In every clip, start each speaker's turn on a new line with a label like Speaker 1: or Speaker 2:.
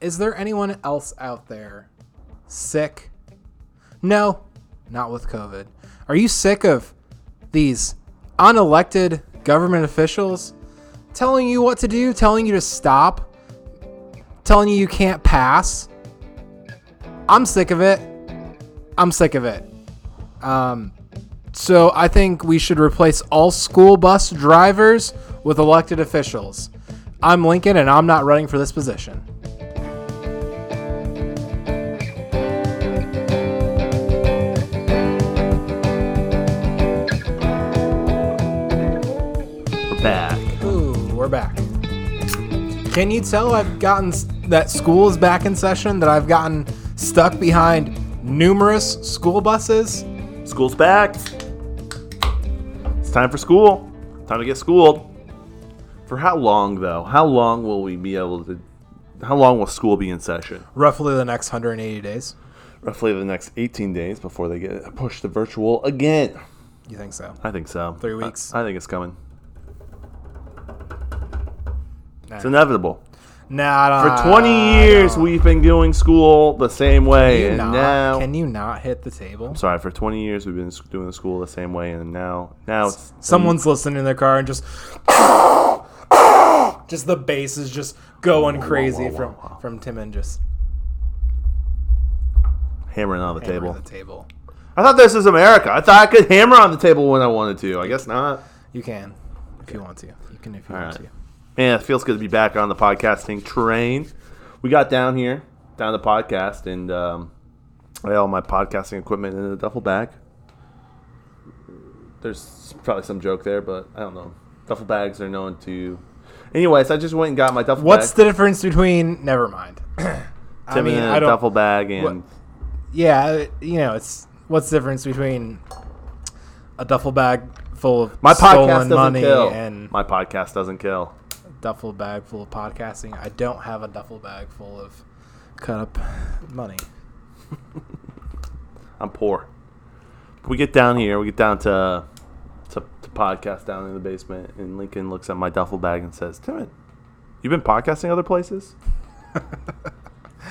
Speaker 1: Is there anyone else out there sick? No, not with COVID. Are you sick of these unelected government officials telling you what to do, telling you to stop, telling you you can't pass? I'm sick of it. I'm sick of it. Um, so I think we should replace all school bus drivers with elected officials. I'm Lincoln, and I'm not running for this position.
Speaker 2: We're back.
Speaker 1: Ooh, we're back. Can you tell I've gotten s- that school is back in session? That I've gotten stuck behind numerous school buses.
Speaker 2: School's back. It's time for school. Time to get schooled. For how long, though? How long will we be able to? How long will school be in session?
Speaker 1: Roughly the next 180 days.
Speaker 2: Roughly the next 18 days before they get pushed to virtual again.
Speaker 1: You think so?
Speaker 2: I think so.
Speaker 1: Three weeks.
Speaker 2: I, I think it's coming. It's
Speaker 1: Nah. Ah,
Speaker 2: inevitable.
Speaker 1: Nah, I
Speaker 2: For
Speaker 1: don't-
Speaker 2: 20 years, we've been doing school the same
Speaker 1: Can
Speaker 2: way,
Speaker 1: you
Speaker 2: and
Speaker 1: not?
Speaker 2: now.
Speaker 1: Can you not hit the table?
Speaker 2: Sorry, for 20 years we've been doing the school the same way, and now now it's
Speaker 1: Someone's listening in their car and just just the bass is just going crazy from from Tim and just
Speaker 2: hammering on the
Speaker 1: hammering
Speaker 2: table.
Speaker 1: the table.
Speaker 2: I thought this was America. I thought I could hammer on the table when I wanted to. I guess not.
Speaker 1: You can if you want to. You can if you want
Speaker 2: right.
Speaker 1: to.
Speaker 2: Man, it feels good to be back on the podcasting train. We got down here, down to podcast, and um, I had all my podcasting equipment in a duffel bag. There's probably some joke there, but I don't know. Duffel bags are known to. Anyways, I just went and got my duffel
Speaker 1: What's
Speaker 2: bag.
Speaker 1: the difference between? Never mind. I
Speaker 2: Tim
Speaker 1: mean,
Speaker 2: in
Speaker 1: I
Speaker 2: a
Speaker 1: don't.
Speaker 2: duffel bag and
Speaker 1: Yeah, it- you know, it's what's the difference between a duffel bag full of
Speaker 2: my podcast
Speaker 1: stolen
Speaker 2: doesn't
Speaker 1: money
Speaker 2: kill.
Speaker 1: and
Speaker 2: My podcast doesn't kill.
Speaker 1: duffel bag full of podcasting. I don't have a duffel bag full of cut up money.
Speaker 2: I'm poor. We get down here. We get down to, to to podcast down in the basement, and Lincoln looks at my duffel bag and says, "Tim, you've been podcasting other places."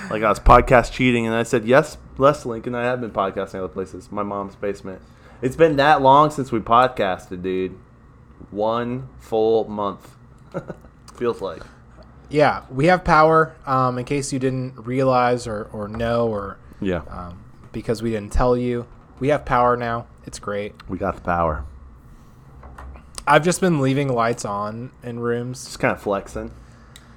Speaker 2: like I was podcast cheating, and I said, "Yes, Les Lincoln, I have been podcasting other places. My mom's basement. It's been that long since we podcasted, dude. One full month feels like."
Speaker 1: Yeah, we have power. Um, in case you didn't realize or, or know or
Speaker 2: Yeah,
Speaker 1: um, because we didn't tell you, we have power now. It's great.
Speaker 2: we got the power.
Speaker 1: I've just been leaving lights on in rooms.
Speaker 2: Just kind of flexing,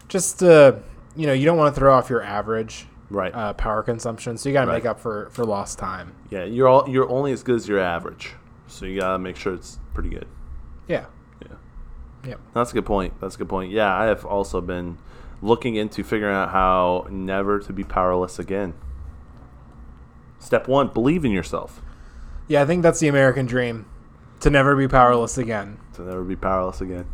Speaker 1: Just uh, you know, you don't want to throw off your average
Speaker 2: right?
Speaker 1: uh, power consumption, so you got to make
Speaker 2: Right.
Speaker 1: up for for lost time.
Speaker 2: Yeah, you're all you're only as good as your average, so you gotta make sure it's pretty good.
Speaker 1: Yeah.
Speaker 2: Yeah.
Speaker 1: Yep.
Speaker 2: That's a good point. That's a good point. Yeah, I have also been looking into figuring out how never to be powerless again. Step one: believe in yourself.
Speaker 1: Yeah, I think that's the American dream to never be powerless again.
Speaker 2: To never be powerless again.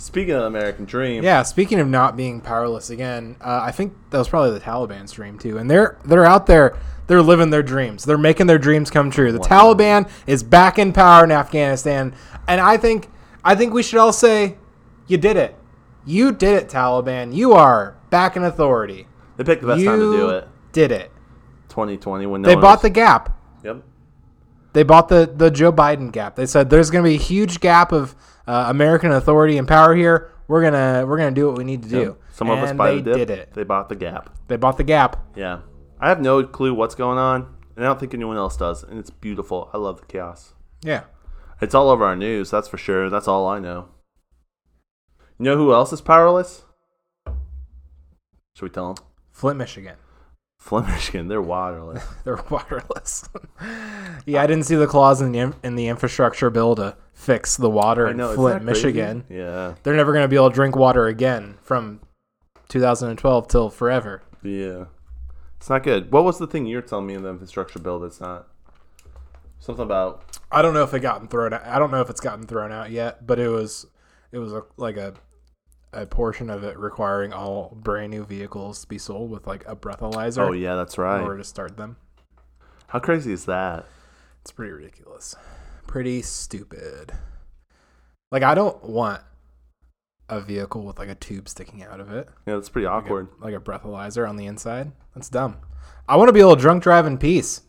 Speaker 2: Speaking of American Dream,
Speaker 1: Yeah, speaking of not being powerless again, uh, I think that was probably the Taliban's dream too. And they're they're out there, they're living their dreams. They're making their dreams come true. The Taliban is back in power in Afghanistan, and I think I think we should all say, "You did it, you did it, Taliban. You are back in authority.
Speaker 2: they picked the best
Speaker 1: you
Speaker 2: time to do it.
Speaker 1: did it.
Speaker 2: 2020 when no
Speaker 1: They
Speaker 2: one
Speaker 1: bought the
Speaker 2: was-
Speaker 1: gap.
Speaker 2: Yep.
Speaker 1: They bought the, the Joe Biden gap. They said there's going to be a huge gap of uh, American authority and power here. We're gonna we're gonna do what we need to do.
Speaker 2: Some of us
Speaker 1: And
Speaker 2: buy
Speaker 1: they
Speaker 2: the dip.
Speaker 1: did it.
Speaker 2: They bought the gap.
Speaker 1: They bought the gap.
Speaker 2: Yeah. I have no clue what's going on, and I don't think anyone else does. And it's beautiful. I love the chaos.
Speaker 1: Yeah.
Speaker 2: It's all over our news, that's for sure. That's all I know. You know who else is powerless? Should we tell them?
Speaker 1: Flint, Michigan.
Speaker 2: Flint, Michigan. They're waterless.
Speaker 1: They're waterless. yeah, I didn't see the clause in the in- in the infrastructure bill to fix the water
Speaker 2: I
Speaker 1: in
Speaker 2: know. isn't
Speaker 1: Flint,
Speaker 2: that crazy?
Speaker 1: Michigan.
Speaker 2: Yeah.
Speaker 1: They're never gonna be able to drink water again from 2012 till forever.
Speaker 2: Yeah. It's not good. What was the thing you were telling me in the infrastructure bill that's not? Something about.
Speaker 1: I don't know if it gotten thrown. Out. I don't know if it's gotten thrown out yet, but it was it was a, like a a portion of it requiring all brand new vehicles to be sold with like a breathalyzer
Speaker 2: Oh, yeah, that's
Speaker 1: in order
Speaker 2: right.
Speaker 1: to start them.
Speaker 2: How crazy is that?
Speaker 1: It's pretty ridiculous. Pretty stupid. Like I don't want a vehicle with like a tube sticking out of it,
Speaker 2: Yeah, that's pretty awkward.
Speaker 1: like a breathalyzer on the inside. That's dumb. I want to be able to drunk drive in peace.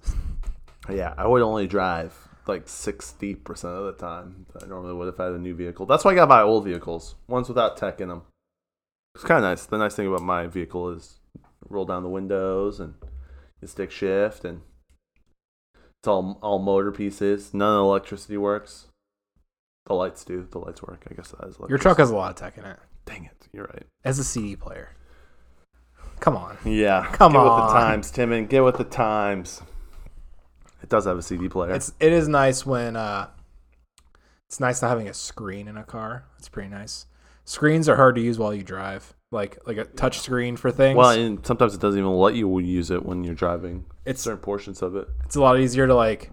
Speaker 2: Yeah, I would only drive like 60% of the time that I normally would if I had a new vehicle. That's why I got my old vehicles, ones without tech in them. It's kind of nice. The nice thing about my vehicle is roll down the windows and you stick shift and it's all all motor pieces. None of the electricity works. The lights do. The lights work. I guess that is
Speaker 1: Your truck has a lot of tech in it.
Speaker 2: Dang it. You're right.
Speaker 1: As a CD player. Come on.
Speaker 2: Yeah.
Speaker 1: Come
Speaker 2: Get with
Speaker 1: on.
Speaker 2: the times, Timon. Get with the times. It does have a CD player.
Speaker 1: It's it is nice when uh it's nice not having a screen in a car. It's pretty nice. Screens are hard to use while you drive. Like like a touch screen for things.
Speaker 2: Well, and sometimes it doesn't even let you use it when you're driving
Speaker 1: it's
Speaker 2: certain portions of it.
Speaker 1: it's a lot easier to like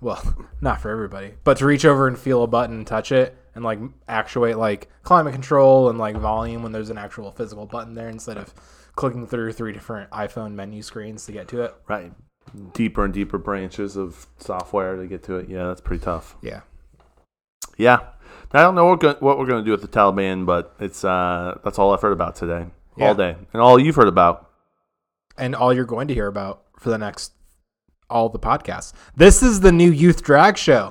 Speaker 1: well, not for everybody, but to reach over and feel a button and touch it and like actuate like climate control and like volume when there's an actual physical button there instead of clicking through three different iPhone menu screens to get to it.
Speaker 2: Right. Deeper and deeper branches of software to get to it. Yeah, that's pretty tough.
Speaker 1: Yeah.
Speaker 2: Yeah. Now, I don't know what, go- what we're going to do with the Taliban, but it's uh, that's all I've heard about today,
Speaker 1: Yeah.
Speaker 2: all day, and all you've heard about.
Speaker 1: and all you're going to hear about for the next all the podcasts. This is the new youth drag show,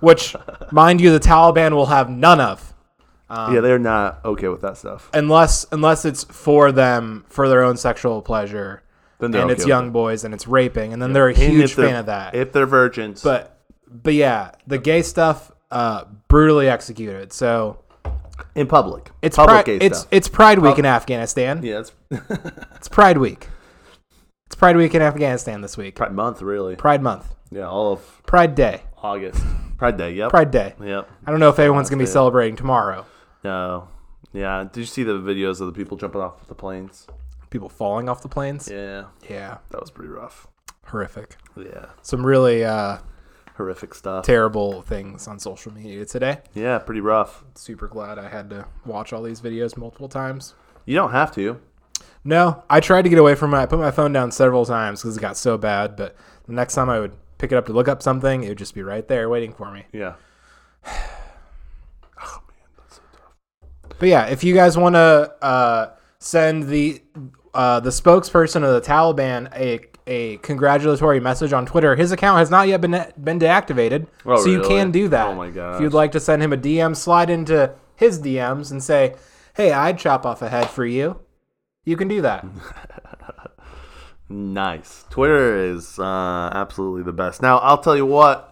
Speaker 1: which, mind you, the Taliban will have none of, Um,
Speaker 2: yeah, they're not okay with that stuff.
Speaker 1: unless unless it's for them for their own sexual pleasure,
Speaker 2: Then
Speaker 1: and
Speaker 2: they're okay
Speaker 1: it's
Speaker 2: with
Speaker 1: young boys and it's raping, and then they're a
Speaker 2: And
Speaker 1: huge
Speaker 2: if they're-
Speaker 1: fan of that.
Speaker 2: If they're virgins,
Speaker 1: but but yeah, the gay stuff uh, brutally executed. So
Speaker 2: in public,
Speaker 1: it's
Speaker 2: public
Speaker 1: Pri-
Speaker 2: gay
Speaker 1: it's
Speaker 2: stuff.
Speaker 1: it's Pride Week in Afghanistan.
Speaker 2: Yeah, it's
Speaker 1: It's Pride Week. It's Pride Week in Afghanistan this week.
Speaker 2: Pride Month, really.
Speaker 1: Pride Month.
Speaker 2: Yeah, all of
Speaker 1: Pride Day.
Speaker 2: August, Pride Day. Yep.
Speaker 1: Pride Day.
Speaker 2: Yep.
Speaker 1: I don't know if everyone's gonna be celebrating tomorrow.
Speaker 2: No. Yeah. Did you see the videos of the people jumping off the planes?
Speaker 1: People falling off the planes. Yeah,
Speaker 2: Yeah. That was pretty rough.
Speaker 1: horrific.
Speaker 2: Yeah.
Speaker 1: Some really uh,
Speaker 2: Horrific stuff.
Speaker 1: terrible things on social media today.
Speaker 2: yeah, pretty rough.
Speaker 1: Super glad I had to watch all these videos multiple times.
Speaker 2: You don't have to.
Speaker 1: No, I tried to get away from it. I put my phone down several times because it got so bad. But the next time I would pick it up to look up something, it would just be right there waiting for me.
Speaker 2: Yeah.
Speaker 1: But yeah, if you guys want to uh, send the uh, the spokesperson of the Taliban a a congratulatory message on Twitter, his account has not yet been been deactivated,
Speaker 2: Oh,
Speaker 1: so you
Speaker 2: really?
Speaker 1: can do that.
Speaker 2: Oh my gosh.
Speaker 1: If you'd like to send him a DM, slide into his DMs and say, "Hey, I'd chop off a head for you." You can do that.
Speaker 2: Nice. Twitter is uh, absolutely the best. Now, I'll tell you what.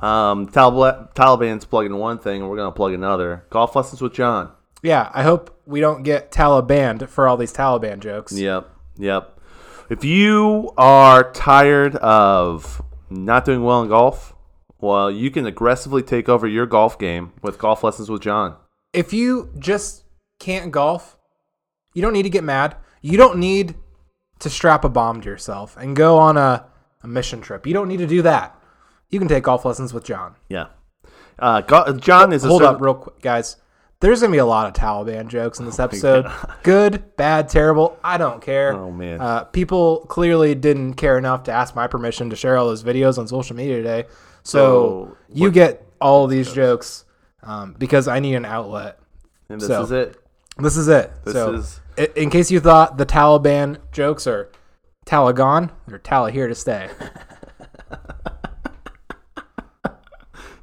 Speaker 2: Um, Talib- Taliban's plugging one thing, and we're going to plug another. Golf lessons with John.
Speaker 1: yeah, I hope we don't get Taliban for all these Taliban jokes.
Speaker 2: Yep. Yep. If you are tired of not doing well in golf, well, you can aggressively take over your golf game with golf lessons with John.
Speaker 1: if you just can't golf, you don't need to get mad. You don't need to strap a bomb to yourself and go on a, a mission trip. You don't need to do that. You can take golf lessons with John.
Speaker 2: Yeah. Uh, go- John is a
Speaker 1: Hold
Speaker 2: certi-
Speaker 1: up, real quick, guys. There's gonna be a lot of Taliban jokes in this episode. Good, bad, terrible. I don't care.
Speaker 2: Oh, man.
Speaker 1: Uh, people clearly didn't care enough to ask my permission to share all those videos on social media today. So
Speaker 2: So,
Speaker 1: you get all these jokes um, because I need an outlet.
Speaker 2: And this
Speaker 1: So-
Speaker 2: is it.
Speaker 1: This is it.
Speaker 2: This
Speaker 1: so,
Speaker 2: is-
Speaker 1: i- in case you thought the Taliban jokes are Talagon, they're Tala here to stay.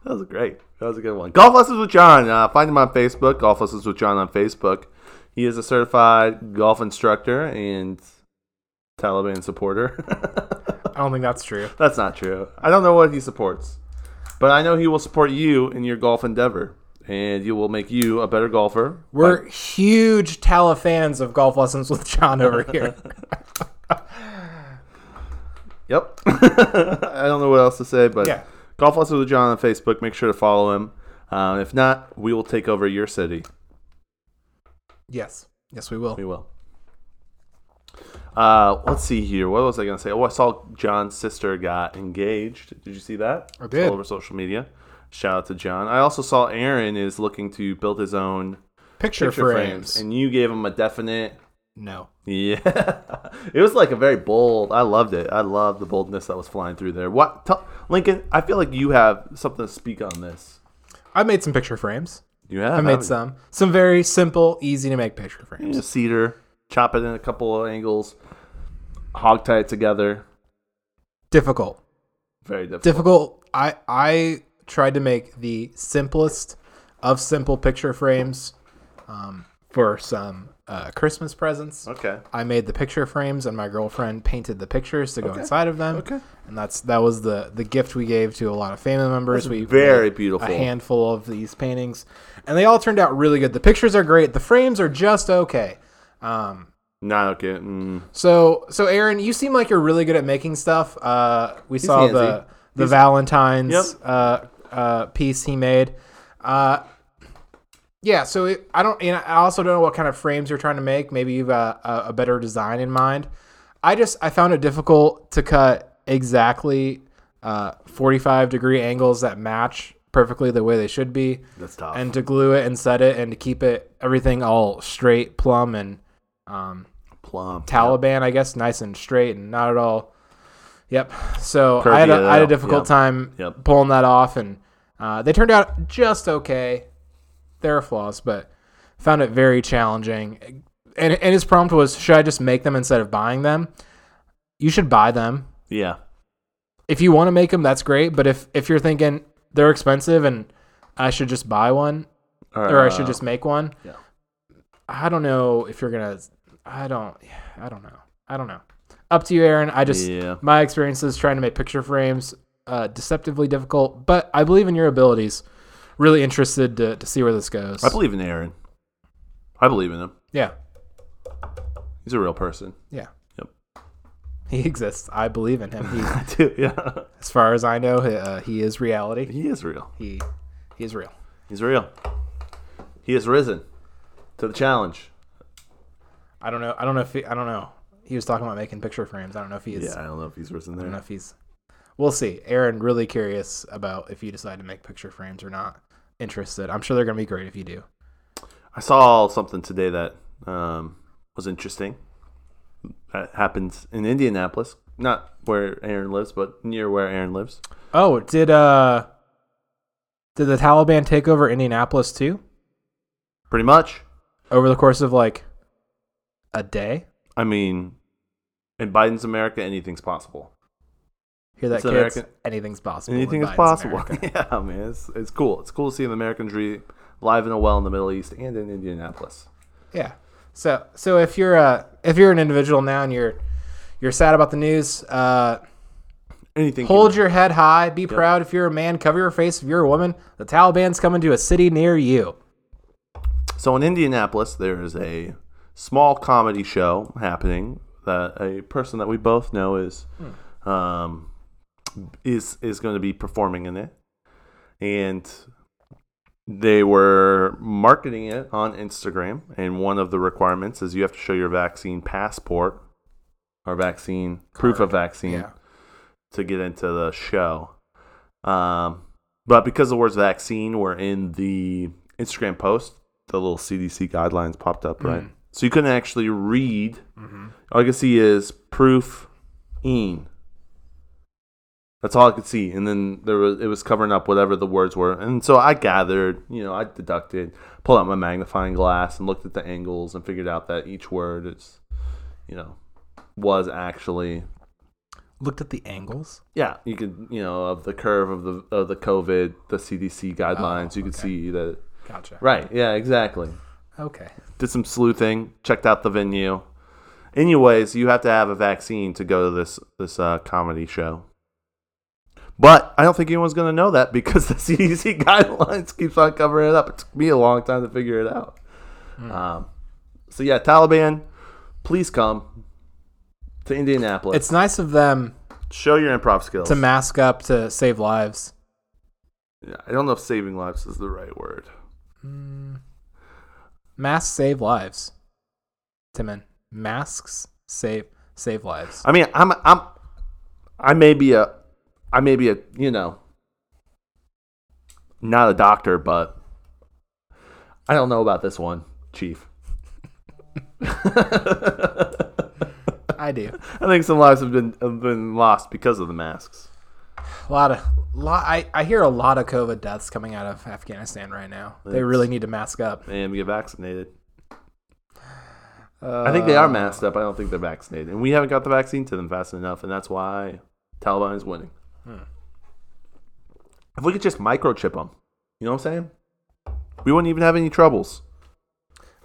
Speaker 2: That was great. That was a good one. Golf lessons with John. Uh, find him on Facebook. Golf lessons with John on Facebook. He is a certified golf instructor and Taliban supporter.
Speaker 1: I don't think that's true.
Speaker 2: That's not true. I don't know what he supports, but I know he will support you in your golf endeavor, and you will make you a better golfer.
Speaker 1: We're huge Tala fans of golf lessons with John over here.
Speaker 2: Yep. I don't know what else to say, but
Speaker 1: Yeah.
Speaker 2: golf lessons with John on Facebook. Make sure to follow him. Um, if not, we will take over your city.
Speaker 1: yes, yes, we will.
Speaker 2: We will. Uh, let's see here. What was I gonna say? Oh, I saw John's sister got engaged. Did you see that?
Speaker 1: I
Speaker 2: It's
Speaker 1: did.
Speaker 2: All over social media. Shout out to John. I also saw Aaron is looking to build his own
Speaker 1: Picture,
Speaker 2: picture
Speaker 1: frames.
Speaker 2: frames, and you gave him a definite.
Speaker 1: no,
Speaker 2: Yeah, it was like a very bold. I loved it. I loved the boldness that was flying through there. What, tell, Lincoln? I feel like you have something to speak on this.
Speaker 1: I made some picture frames.
Speaker 2: You have.
Speaker 1: I
Speaker 2: haven't
Speaker 1: made
Speaker 2: you?
Speaker 1: some some very simple, easy to make picture frames.
Speaker 2: Yeah, cedar, chop it in a couple of angles, hog tie it together.
Speaker 1: Difficult.
Speaker 2: Very difficult.
Speaker 1: difficult. I I tried to make the simplest of simple picture frames um, for some uh, Christmas presents.
Speaker 2: okay.
Speaker 1: I made the picture frames, and my girlfriend painted the pictures to go inside of them.
Speaker 2: Okay.
Speaker 1: and that's that was the the gift we gave to a lot of family members. we
Speaker 2: very
Speaker 1: made
Speaker 2: beautiful.
Speaker 1: a handful of these paintings, and they all turned out really good. The pictures are great. The frames are just okay. Um,
Speaker 2: Not okay. Mm.
Speaker 1: so, so Aaron, you seem like you're really good at making stuff. Uh, we saw
Speaker 2: handsy.
Speaker 1: the the Valentine's
Speaker 2: Yep.
Speaker 1: uh, uh, piece he made. Uh, yeah. So it, I don't, and I also don't know what kind of frames you're trying to make. Maybe you've uh, a, a better design in mind. I just I found it difficult to cut exactly uh, 45 degree angles that match perfectly the way they should be,
Speaker 2: That's tough.
Speaker 1: and to glue it and set it and to keep it everything all straight, plumb, and um,
Speaker 2: Plum.
Speaker 1: Taliban, I guess, nice and straight and not at all. Yep. So I had, a,
Speaker 2: Curvy,
Speaker 1: I had a
Speaker 2: yeah.
Speaker 1: difficult
Speaker 2: Yep.
Speaker 1: time
Speaker 2: Yep.
Speaker 1: pulling that off, and uh, they turned out just okay. There are flaws, but found it very challenging. And, and his prompt was, should I just make them instead of buying them? You should buy them
Speaker 2: Yeah.
Speaker 1: if you want to make them. That's great. But if if you're thinking they're expensive and I should just buy one or I should
Speaker 2: Uh,
Speaker 1: just make one,
Speaker 2: yeah.
Speaker 1: I don't know if you're gonna. I don't. I don't know. I don't know. Up to you, Aaron. I just
Speaker 2: Yeah.
Speaker 1: my experiences trying to make picture frames uh, deceptively difficult, but I believe in your abilities. Really interested to, to see where this goes.
Speaker 2: I believe in Aaron. I believe in him.
Speaker 1: yeah,
Speaker 2: He's a real person.
Speaker 1: yeah.
Speaker 2: Yep.
Speaker 1: He exists. I believe in him. He,
Speaker 2: I do. Yeah.
Speaker 1: as far as I know, he, uh, he is reality.
Speaker 2: He is real.
Speaker 1: He he is real.
Speaker 2: He's real. He has risen to the challenge.
Speaker 1: I don't know. I don't know if he, I don't know. He was talking about making picture frames. I don't know if he is.
Speaker 2: Yeah, I don't know if he's risen
Speaker 1: I don't know
Speaker 2: there.
Speaker 1: if he's. We'll see. Aaron, really curious about if you decide to make picture frames or not. Interested. I'm sure they're going to be great if you do.
Speaker 2: I saw something today that um, was interesting. That happens in Indianapolis, not where Aaron lives, but near where Aaron lives.
Speaker 1: Oh, did uh, did the Taliban take over Indianapolis too
Speaker 2: Pretty much.
Speaker 1: over the course of like a day?
Speaker 2: I mean, in Biden's America, anything's possible.
Speaker 1: Hear that,
Speaker 2: It's
Speaker 1: kids?
Speaker 2: American-
Speaker 1: Anything's possible. in
Speaker 2: Anything is
Speaker 1: Biden's
Speaker 2: possible.
Speaker 1: America.
Speaker 2: yeah, man, it's, it's cool. It's cool to see the American dream live and well in the Middle East and in Indianapolis.
Speaker 1: Yeah. So so if you're uh if you're an individual now and you're you're sad about the news, uh,
Speaker 2: Anything. can-
Speaker 1: hold your head high. Be proud if you're a man. Cover your face if you're a woman. The Taliban's coming to a city near you.
Speaker 2: So in Indianapolis, there is a small comedy show happening that a person that we both know is um, is is going to be performing in it, and they were marketing it on Instagram. And one of the requirements is you have to show your vaccine passport or vaccine proof of vaccine
Speaker 1: Yeah.
Speaker 2: to get into the show. Um, but because the words vaccine were in the Instagram post, the little CDC guidelines popped up, right? So you couldn't actually read. All I could see is proof in. That's all I could see, and then there was it was covering up whatever the words were, and so I gathered, you know, I deducted, pulled out my magnifying glass and looked at the angles and figured out that each word is, you know, was actually
Speaker 1: Looked at the angles.
Speaker 2: yeah, you could you know of the curve of the of the COVID, the CDC guidelines. you could see that.
Speaker 1: Gotcha.
Speaker 2: Right. Yeah. Exactly.
Speaker 1: Okay.
Speaker 2: Did some sleuthing. Checked out the venue. Anyways, you have to have a vaccine to go to this this uh, comedy show. But I don't think anyone's gonna know that because the CDC guidelines keeps on covering it up. It took me a long time to figure it out. Um, so yeah, Taliban, please come to Indianapolis.
Speaker 1: It's nice of them
Speaker 2: Show your improv skills.
Speaker 1: to mask up to save lives.
Speaker 2: Yeah, I don't know if saving lives is the right word.
Speaker 1: Hmm. Masks save lives. Timon, masks save save lives.
Speaker 2: I mean, I'm I'm I may be a I may be a you know not a doctor, but I don't know about this one, Chief.
Speaker 1: I do.
Speaker 2: I think some lives have been have been lost because of the masks.
Speaker 1: A lot of, lot, I, I hear a lot of COVID deaths coming out of Afghanistan right now. They
Speaker 2: It's-
Speaker 1: really need to mask up.
Speaker 2: and get vaccinated. I think they are masked up. I don't think they're vaccinated, and we haven't got the vaccine to them fast enough, and that's why Taliban is winning. If we could just microchip them, you know what I'm saying? We wouldn't even have any troubles.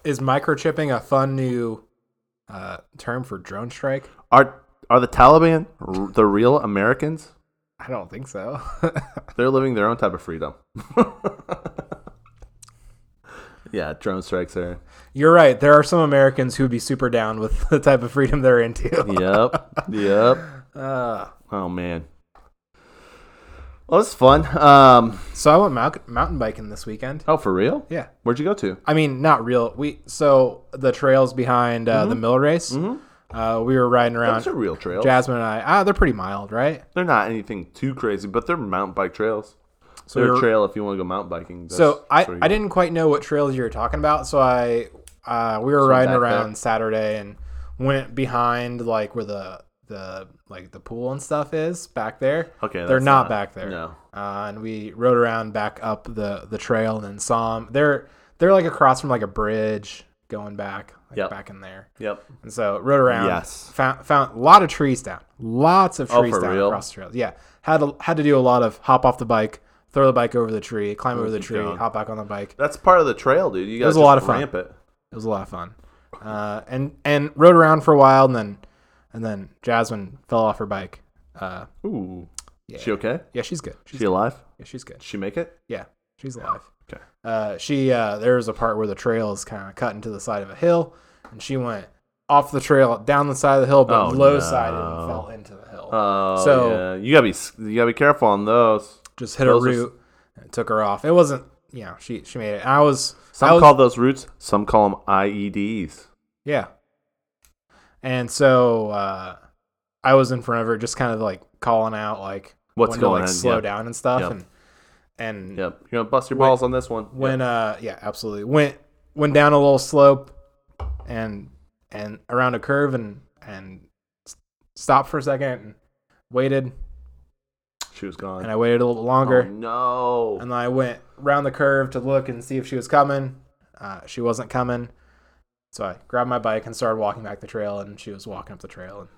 Speaker 1: Is microchipping a fun new uh, term for drone strike?
Speaker 2: Are are the Taliban r- the real Americans?
Speaker 1: I don't think so.
Speaker 2: They're living their own type of freedom. yeah, drone strikes are.
Speaker 1: You're right. There are some Americans who would be super down with the type of freedom they're into.
Speaker 2: Yep, yep.
Speaker 1: Uh,
Speaker 2: Oh man. Well, that's fun. Um,
Speaker 1: so I went mount- mountain biking this weekend.
Speaker 2: oh, for real?
Speaker 1: Yeah.
Speaker 2: Where'd you go to?
Speaker 1: I mean, not real. We so the trails behind uh, the
Speaker 2: Mm-hmm.
Speaker 1: mill race. Uh, we were riding
Speaker 2: Those
Speaker 1: around.
Speaker 2: are real trails.
Speaker 1: Jasmine and I. Ah, they're pretty mild, right?
Speaker 2: They're not anything too crazy, but they're mountain bike trails.
Speaker 1: So
Speaker 2: they're
Speaker 1: we
Speaker 2: a
Speaker 1: were-
Speaker 2: trail if you want to go mountain biking. That's-
Speaker 1: So I,
Speaker 2: that's where you
Speaker 1: I
Speaker 2: go.
Speaker 1: didn't quite know what trails you were talking about, so I uh, we were riding
Speaker 2: back
Speaker 1: around Saturday and went behind like where the the like the pool and stuff is back there.
Speaker 2: Okay,
Speaker 1: they're
Speaker 2: that's
Speaker 1: not,
Speaker 2: not-
Speaker 1: back there.
Speaker 2: no.
Speaker 1: uh, and we rode around back up the the trail and then saw them. They're they're like across from like a bridge going back, like
Speaker 2: Yep.
Speaker 1: back in there.
Speaker 2: Yep.
Speaker 1: And so rode around.
Speaker 2: Yes.
Speaker 1: Found found a lot of trees down. Lots of
Speaker 2: Oh,
Speaker 1: trees
Speaker 2: for
Speaker 1: down
Speaker 2: real?
Speaker 1: across the trails. Yeah. Had a, had to do a lot of hop off the bike, throw the bike over the tree, climb over the
Speaker 2: keep
Speaker 1: tree,
Speaker 2: going.
Speaker 1: hop back on the bike.
Speaker 2: That's part of the trail, dude. You got
Speaker 1: was a lot of fun.
Speaker 2: ramp it.
Speaker 1: It was a lot of fun. Uh, and and rode around for a while and then and then Jasmine fell off her bike. Uh,
Speaker 2: Ooh. She okay?
Speaker 1: yeah, she's good. She's
Speaker 2: She alive?
Speaker 1: yeah, she's good.
Speaker 2: She make it?
Speaker 1: Yeah, she's alive.
Speaker 2: Okay.
Speaker 1: Uh, she uh, there was a part where the trail is kind of cut into the side of a hill, and she went off the trail down the side of the hill, but
Speaker 2: Oh,
Speaker 1: low sided
Speaker 2: no.
Speaker 1: and fell into the hill.
Speaker 2: Oh,
Speaker 1: So-
Speaker 2: yeah. You gotta be s- you gotta be careful on those.
Speaker 1: Just hit a
Speaker 2: those are s-
Speaker 1: root, and it took her off. It wasn't, you know, she she made it. And I was I
Speaker 2: Some
Speaker 1: was-
Speaker 2: call those roots. Some call E them IEDs.
Speaker 1: Yeah. And so uh, I was in front of her, just kind of like calling out, like
Speaker 2: What's
Speaker 1: when to,
Speaker 2: going
Speaker 1: like,
Speaker 2: on,
Speaker 1: slow
Speaker 2: yeah.
Speaker 1: down and stuff,
Speaker 2: Yeah.
Speaker 1: and and
Speaker 2: Yep. You're gonna bust your balls on this one.
Speaker 1: when uh yeah, absolutely went went down a little slope, and and around a curve, and and s- stopped for a second, and waited,
Speaker 2: she was gone.
Speaker 1: and I waited a little bit longer,
Speaker 2: oh, no.
Speaker 1: and then I went round the curve to look and see if she was coming. Uh, she wasn't coming, so I grabbed my bike and started walking back the trail, and she was walking up the trail, and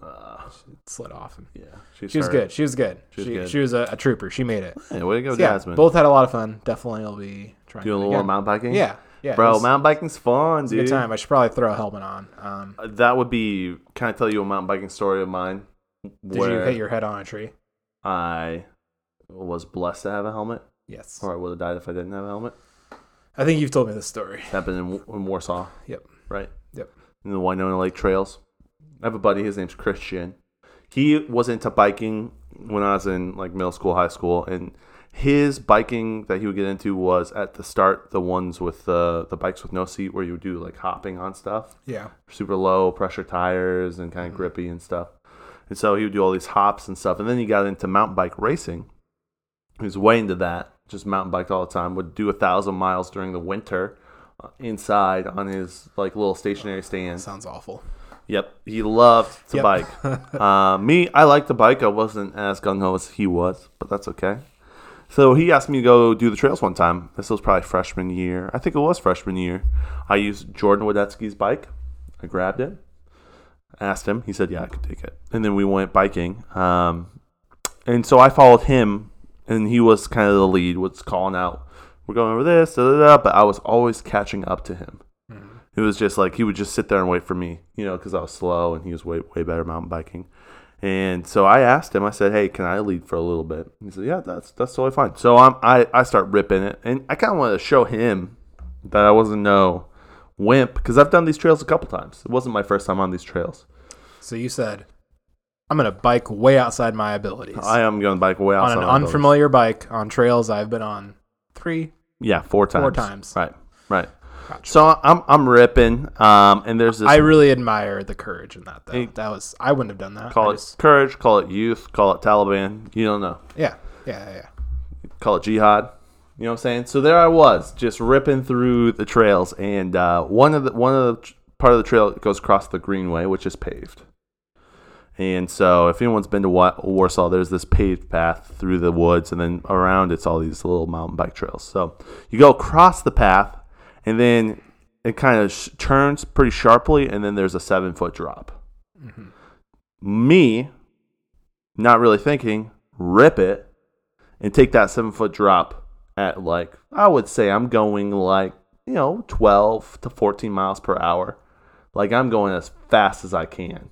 Speaker 2: Uh,
Speaker 1: it slid off. And
Speaker 2: yeah. She's
Speaker 1: she was
Speaker 2: hurt.
Speaker 1: good. She was good. She
Speaker 2: was
Speaker 1: she,
Speaker 2: good.
Speaker 1: was a, a trooper. She made it.
Speaker 2: Hey, way to go,
Speaker 1: So, yeah,
Speaker 2: Jasmine.
Speaker 1: both had a lot of fun. Definitely, will be trying
Speaker 2: Doing a
Speaker 1: it
Speaker 2: little
Speaker 1: again.
Speaker 2: more mountain biking.
Speaker 1: Yeah, yeah, it
Speaker 2: Bro,
Speaker 1: was
Speaker 2: mountain biking's fun,
Speaker 1: a
Speaker 2: dude.
Speaker 1: good time. I should probably throw a helmet on. Um,
Speaker 2: Uh, That would be. Can I tell you a mountain biking story of mine?
Speaker 1: did you hit your head on a tree?
Speaker 2: I was blessed to have a helmet,
Speaker 1: Yes.
Speaker 2: or I would have died if I didn't have a helmet.
Speaker 1: I think you've told me this story.
Speaker 2: Happened in, in Warsaw,
Speaker 1: Yep.
Speaker 2: right?
Speaker 1: Yep.
Speaker 2: In the Winona Lake trails. I have a buddy. His name's Christian. He was into biking when I was in like middle school, high school, and his biking that he would get into was at the start the ones with the the bikes with no seat where you would do like hopping on stuff.
Speaker 1: Yeah.
Speaker 2: super low pressure tires and kind of grippy and stuff. And so he would do all these hops and stuff. And then he got into mountain bike racing. He was way into that, just mountain biked all the time, would do a thousand miles during the winter uh, inside on his like little stationary stand.
Speaker 1: Sounds awful.
Speaker 2: Yep. He loved to
Speaker 1: Yep.
Speaker 2: bike. uh, me, I liked to bike. I wasn't as gung ho as he was, but that's okay. So he asked me to go do the trails one time. This was probably freshman year. I think it was freshman year. I used Jordan Wadetsky's bike. I grabbed it, asked him. He said, "Yeah, I could take it." And then we went biking. Um, and so I followed him, and he was kind of the lead. Was calling out, "We're going over this," da, da, da, but I was always catching up to him. It was just like he would just sit there and wait for me, you know, because I was slow and he was way way better mountain biking. And so I asked him. I said, "Hey, can I lead for a little bit?" He said, "Yeah, that's that's totally fine." So I'm I, I start ripping it, and I kind of wanted to show him that I wasn't no wimp because I've done these trails a couple times. It wasn't my first time on these trails.
Speaker 1: So you said, I'm gonna bike way outside my abilities
Speaker 2: I am going to bike way
Speaker 1: on
Speaker 2: outside
Speaker 1: an
Speaker 2: my building.
Speaker 1: unfamiliar bike on trails I've been on three.
Speaker 2: Yeah, four times.
Speaker 1: times.
Speaker 2: Right, right.
Speaker 1: Gotcha.
Speaker 2: So I'm I'm ripping, um, and there's this
Speaker 1: I really admire the courage in that. Though that was I wouldn't have done that.
Speaker 2: call
Speaker 1: I
Speaker 2: it
Speaker 1: just-
Speaker 2: courage, call it youth, call it Taliban. You don't know.
Speaker 1: yeah, yeah, yeah, yeah.
Speaker 2: call it jihad. You know what I'm saying? So there I was, just ripping through the trails, and uh, one of the one of the part of the trail goes across the greenway, which is paved, And so, if anyone's been to Wa- Warsaw, there's this paved path through the woods, and then around it's all these little mountain bike trails. So, you go across the path, and then it kind of sh- turns pretty sharply, and then there's a seven foot drop. Me, not really thinking, rip it and take that seven foot drop at like, I would say I'm going like, you know, 12 to 14 miles per hour. Like, I'm going as fast as I can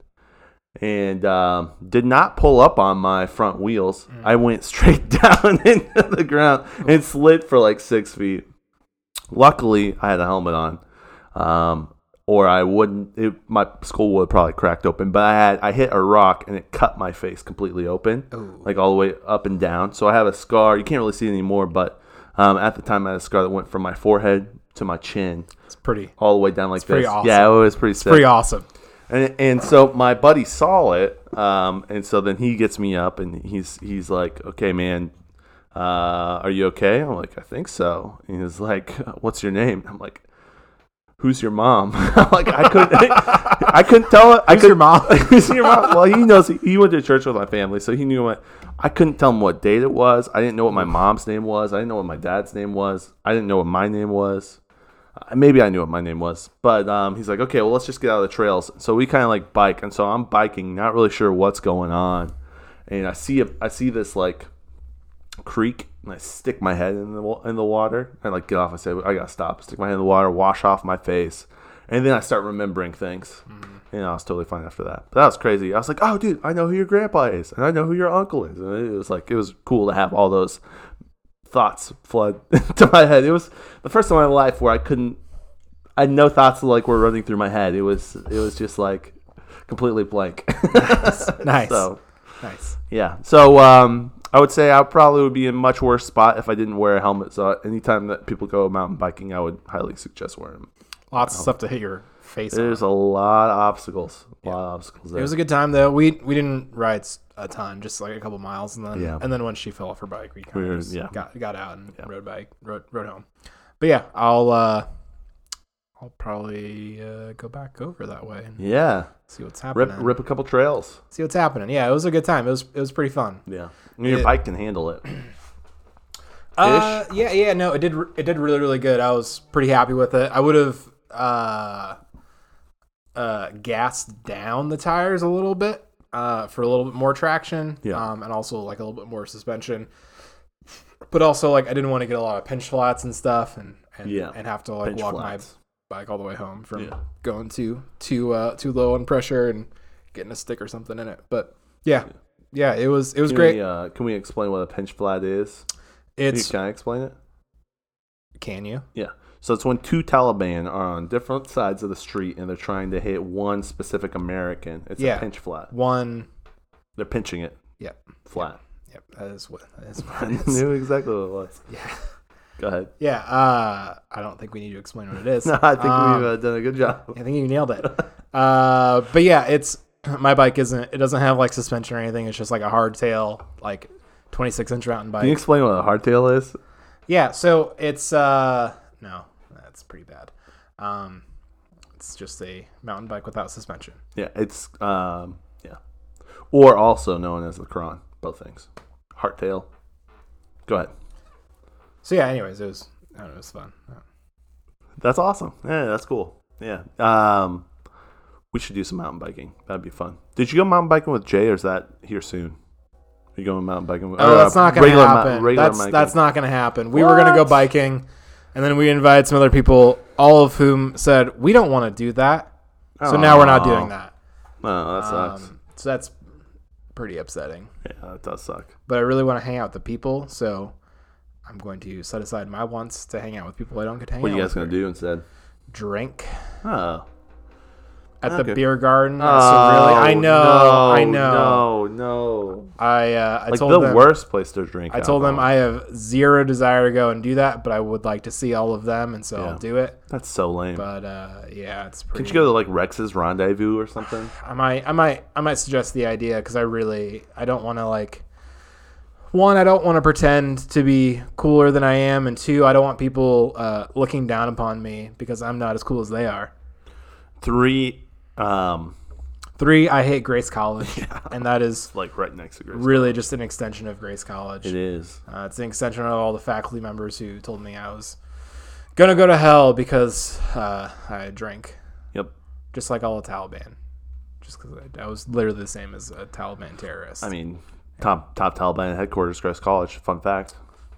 Speaker 2: and um, did not pull up on my front wheels. I went straight down into the ground and slid for like six feet. Luckily, I had a helmet on, um, or I wouldn't. It, my skull would have probably cracked open. But I had I hit a rock and it cut my face completely open, like all the way up and down. So I have a scar. You can't really see it anymore, but um, at the time I had a scar that went from my forehead to my chin,
Speaker 1: It's pretty
Speaker 2: all the way down like
Speaker 1: pretty
Speaker 2: this.
Speaker 1: awesome.
Speaker 2: Yeah, it was pretty sick.
Speaker 1: pretty awesome.
Speaker 2: And, and so my buddy saw it, um, and so then he gets me up, and he's he's like, "Okay, man, uh, are you okay?" I'm like, "I think so." And he's like, "What's your name?" I'm like, "Who's your mom?" I'm like, I couldn't, I couldn't tell. I
Speaker 1: Who's your
Speaker 2: couldn't,
Speaker 1: mom?
Speaker 2: Who's your mom? Well, he knows. He went to church with my family, so he knew what. I couldn't tell him what date it was. I didn't know what my mom's name was. I didn't know what my dad's name was. I didn't know what my name was. I- maybe I knew what my name was, but um, he's like, okay, well, let's just get out of the trails. So we kind of like bike, and so I'm biking, not really sure what's going on, and I see a, I see this like creek, and I stick my head in the wa- in the water. I like get off. I say, I gotta stop. Stick my head in the water, wash off my face, and then I start remembering things. And I was totally fine after that. But that was crazy. I was like, oh, dude, I know who your grandpa is, and I know who your uncle is, and it was like it was cool to have all those thoughts flood into my head. It was the first time in my life where I couldn't I had no thoughts like were running through my head. It was it was just like completely blank.
Speaker 1: Nice.
Speaker 2: so
Speaker 1: Nice.
Speaker 2: yeah. So um, I would say I probably would be in a much worse spot if I didn't wear a helmet. So anytime that people go mountain biking, I would highly suggest wearing them. oh.
Speaker 1: Lots of stuff to hit your face. on.
Speaker 2: There's a lot of obstacles. A lot of obstacles there.
Speaker 1: It was a good time though. We we didn't ride s- a ton, just like a couple miles, and then
Speaker 2: Yeah.
Speaker 1: and then once she fell off her bike, we kind
Speaker 2: were-
Speaker 1: of just
Speaker 2: yeah.
Speaker 1: got got out and rode bike rode rode home. But yeah, I'll uh, I'll probably uh, go back over that way and
Speaker 2: yeah.
Speaker 1: see what's
Speaker 2: Rip
Speaker 1: happening.
Speaker 2: rip a couple trails.
Speaker 1: See what's happening. Yeah, it was a good time. It was it was pretty fun.
Speaker 2: Yeah. Your
Speaker 1: It-
Speaker 2: bike can handle it.
Speaker 1: Uh, yeah, yeah, no, it did. It did really, really good. I was pretty happy with it. I would have uh, uh, gassed down the tires a little bit uh, for a little bit more traction,
Speaker 2: Yeah.
Speaker 1: um, and also like a little bit more suspension. But also, like, I didn't want to get a lot of pinch flats and stuff, and and,
Speaker 2: Yeah.
Speaker 1: and have to like
Speaker 2: Pinch
Speaker 1: walk
Speaker 2: flats.
Speaker 1: my bike all the way home from
Speaker 2: Yeah.
Speaker 1: going too too uh, too low on pressure and getting a stick or something in it. But yeah, yeah, it was it was
Speaker 2: Can
Speaker 1: great.
Speaker 2: We, uh, can we explain what a pinch flat is? Can you-
Speaker 1: It's
Speaker 2: Can I explain it?
Speaker 1: can you?
Speaker 2: Yeah. So it's when two Taliban are on different sides of the street and they're trying to hit one specific American. It's
Speaker 1: Yeah.
Speaker 2: a pinch flat.
Speaker 1: One
Speaker 2: They're pinching it
Speaker 1: Yep.
Speaker 2: flat.
Speaker 1: Yep. That is what. That is what
Speaker 2: I
Speaker 1: it is.
Speaker 2: knew exactly what it was.
Speaker 1: Yeah.
Speaker 2: Go ahead.
Speaker 1: Yeah. Uh, I don't think we need to explain what it is.
Speaker 2: No, I think
Speaker 1: Um,
Speaker 2: we've uh, done a good job.
Speaker 1: I think you nailed it. Uh, but yeah, it's my bike isn't. It doesn't have like suspension or anything. It's just like a hardtail, like 26 inch mountain
Speaker 2: Can you
Speaker 1: bike.
Speaker 2: explain what a hardtail is?
Speaker 1: Yeah. So it's uh no, that's pretty bad. Um, it's just a mountain bike without suspension.
Speaker 2: Yeah, it's um, yeah, or also known as the cron. Both things. Hardtail. Go ahead.
Speaker 1: So yeah. Anyways, it was. I don't know. It was fun.
Speaker 2: That's awesome. Yeah, that's cool. Yeah. Um, we should do some mountain biking. That'd be fun. Did you go mountain biking with Jay, or is that here soon? Are you going mountain biking? With,
Speaker 1: Oh,
Speaker 2: or,
Speaker 1: that's
Speaker 2: uh,
Speaker 1: not gonna
Speaker 2: regular mou-
Speaker 1: happen.
Speaker 2: regular
Speaker 1: that's
Speaker 2: biking?
Speaker 1: that's not gonna happen. We were gonna go
Speaker 2: What?
Speaker 1: biking, and then we invited some other people, all of whom said we don't want to do that. So now we're not
Speaker 2: Aw.
Speaker 1: doing that.
Speaker 2: No, that sucks.
Speaker 1: Um, so that's pretty upsetting.
Speaker 2: yeah, that does suck.
Speaker 1: But I really want to hang out with the people, so I'm going to set aside my wants to hang out with people I don't get to hang
Speaker 2: What
Speaker 1: out
Speaker 2: are you guys
Speaker 1: with.
Speaker 2: gonna do instead?
Speaker 1: Drink
Speaker 2: Oh.
Speaker 1: at
Speaker 2: Okay.
Speaker 1: the beer garden. so really, I
Speaker 2: Oh,
Speaker 1: know, I
Speaker 2: no,
Speaker 1: know.
Speaker 2: No, no.
Speaker 1: I uh, I
Speaker 2: Like
Speaker 1: told
Speaker 2: the
Speaker 1: them.
Speaker 2: worst place to drink.
Speaker 1: I told them I have zero desire to go and do that, but I would like to see all of them, and so
Speaker 2: Yeah.
Speaker 1: I'll do it.
Speaker 2: That's so lame.
Speaker 1: But uh, yeah, it's pretty.
Speaker 2: Did you go to like Rex's Rendezvous or something?
Speaker 1: I might, I might, I might suggest the idea because I really, I don't want to like. One, I don't want to pretend to be cooler than I am, and two, I don't want people uh, looking down upon me because I'm not as cool as they are.
Speaker 2: Three. Um,
Speaker 1: Three, I hate Grace College, and that is
Speaker 2: like right next to Grace.
Speaker 1: really just an extension of Grace College.
Speaker 2: It is.
Speaker 1: Uh, it's an extension of all the faculty members who told me I was gonna go to hell because uh, I drank,
Speaker 2: Yep.
Speaker 1: just like all the Taliban. Just because I, I was literally the same as a Taliban terrorist.
Speaker 2: I mean, top top Taliban headquarters, Grace College. Fun fact.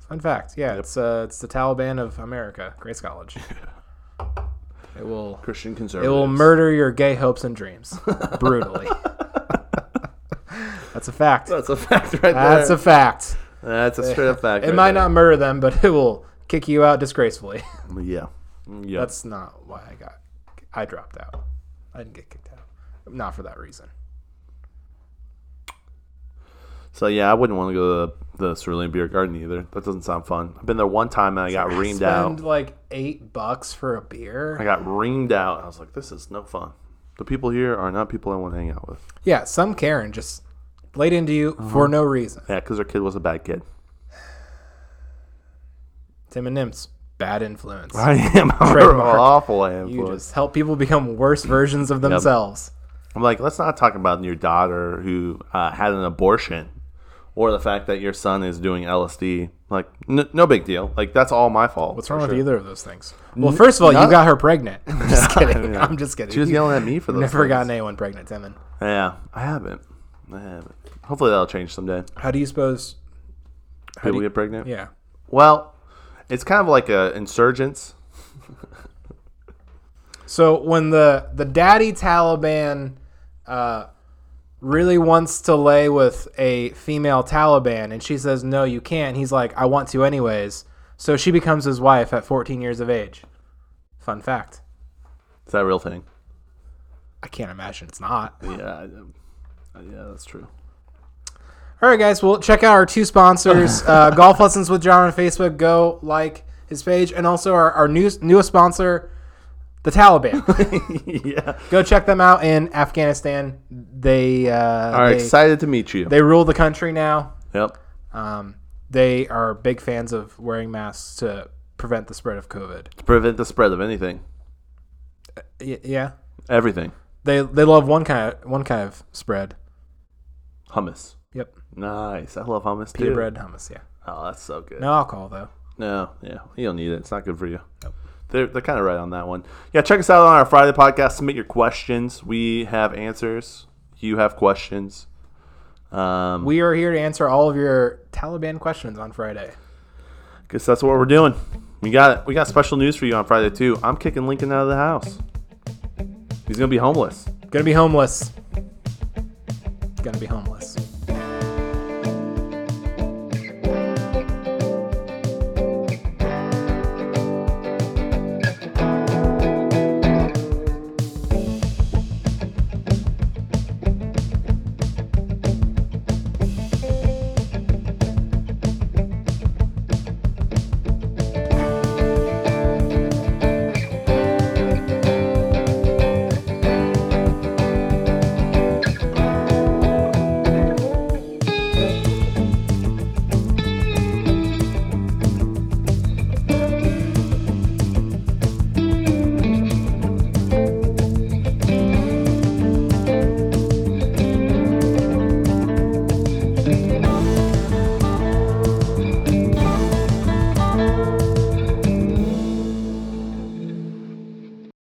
Speaker 1: Fun fact, yeah, it's uh, it's the Taliban of America, Grace College. it will
Speaker 2: Christian
Speaker 1: it
Speaker 2: conservatives.
Speaker 1: will murder your gay hopes and dreams brutally. That's a fact.
Speaker 2: That's a fact, right
Speaker 1: That's a
Speaker 2: there.
Speaker 1: fact.
Speaker 2: That's a straight up fact.
Speaker 1: It
Speaker 2: right
Speaker 1: might
Speaker 2: there.
Speaker 1: not murder them, but it will kick you out disgracefully.
Speaker 2: Yeah. Yeah.
Speaker 1: That's not why I got. I dropped out. I didn't get kicked out. Not for that reason.
Speaker 2: So yeah, I wouldn't want to go to the, the Cerulean Beer Garden either. That doesn't sound fun. I've been there one time and I got reamed
Speaker 1: Spend
Speaker 2: out.
Speaker 1: like eight bucks for a beer.
Speaker 2: I got reamed out. I was like, this is no fun. The people here are not people I want to hang out with.
Speaker 1: Yeah, some Karen just laid into you for no reason.
Speaker 2: Yeah, because their kid was a bad kid.
Speaker 1: Tim and Nymphs, bad influence.
Speaker 2: I am
Speaker 1: Trademark.
Speaker 2: awful. I am.
Speaker 1: You just help people become worse versions of themselves.
Speaker 2: I'm like, let's not talk about your daughter who uh, had an abortion, or the fact that your son is doing LSD. Like, n- no big deal. Like, that's all my fault.
Speaker 1: What's wrong with either of those things? Well, first of all, you
Speaker 2: not-
Speaker 1: got her pregnant. I'm just kidding. I'm just kidding.
Speaker 2: She was
Speaker 1: You've
Speaker 2: yelling at me for those.
Speaker 1: never
Speaker 2: things.
Speaker 1: gotten anyone pregnant, Timon.
Speaker 2: Yeah, I haven't. I haven't. Hopefully that'll change someday.
Speaker 1: How do you suppose?
Speaker 2: People get pregnant.
Speaker 1: Yeah.
Speaker 2: Well, it's kind of like a insurgents.
Speaker 1: So when the the daddy Taliban uh, really wants to lay with a female Taliban, and she says no, you can't. He's like, I want to anyways. So she becomes his wife at 14 years of age. Fun fact.
Speaker 2: Is that a real thing?
Speaker 1: I can't imagine it's not.
Speaker 2: Yeah, I, uh, yeah, that's true.
Speaker 1: All right, guys. Well, check out our two sponsors, uh, Golf Lessons with John on Facebook. Go like his page, and also our, our new, newest sponsor, the Taliban.
Speaker 2: yeah.
Speaker 1: Go check them out in Afghanistan. They uh,
Speaker 2: All right,
Speaker 1: they,
Speaker 2: excited to meet you.
Speaker 1: they rule the country now.
Speaker 2: yep.
Speaker 1: Um, they are big fans of wearing masks to prevent the spread of COVID.
Speaker 2: To prevent the spread of anything,
Speaker 1: Y- yeah,
Speaker 2: everything,
Speaker 1: they they love one kind of one kind of spread.
Speaker 2: hummus.
Speaker 1: Yep,
Speaker 2: Nice. I love hummus
Speaker 1: pita
Speaker 2: too.
Speaker 1: bread hummus. Yeah,
Speaker 2: Oh, that's so good.
Speaker 1: no alcohol though.
Speaker 2: No, yeah, you don't need it. It's not good for you. They're, they're kind of right on that one. Yeah, check us out on our Friday podcast. Submit your questions. We have answers. You have questions. Um,
Speaker 1: We are here to answer all of your Taliban questions on Friday.
Speaker 2: guess that's what we're doing. We got we got special news for you on Friday too. I'm kicking Lincoln out of the house. He's gonna be homeless.
Speaker 1: Gonna be homeless. Gonna be homeless.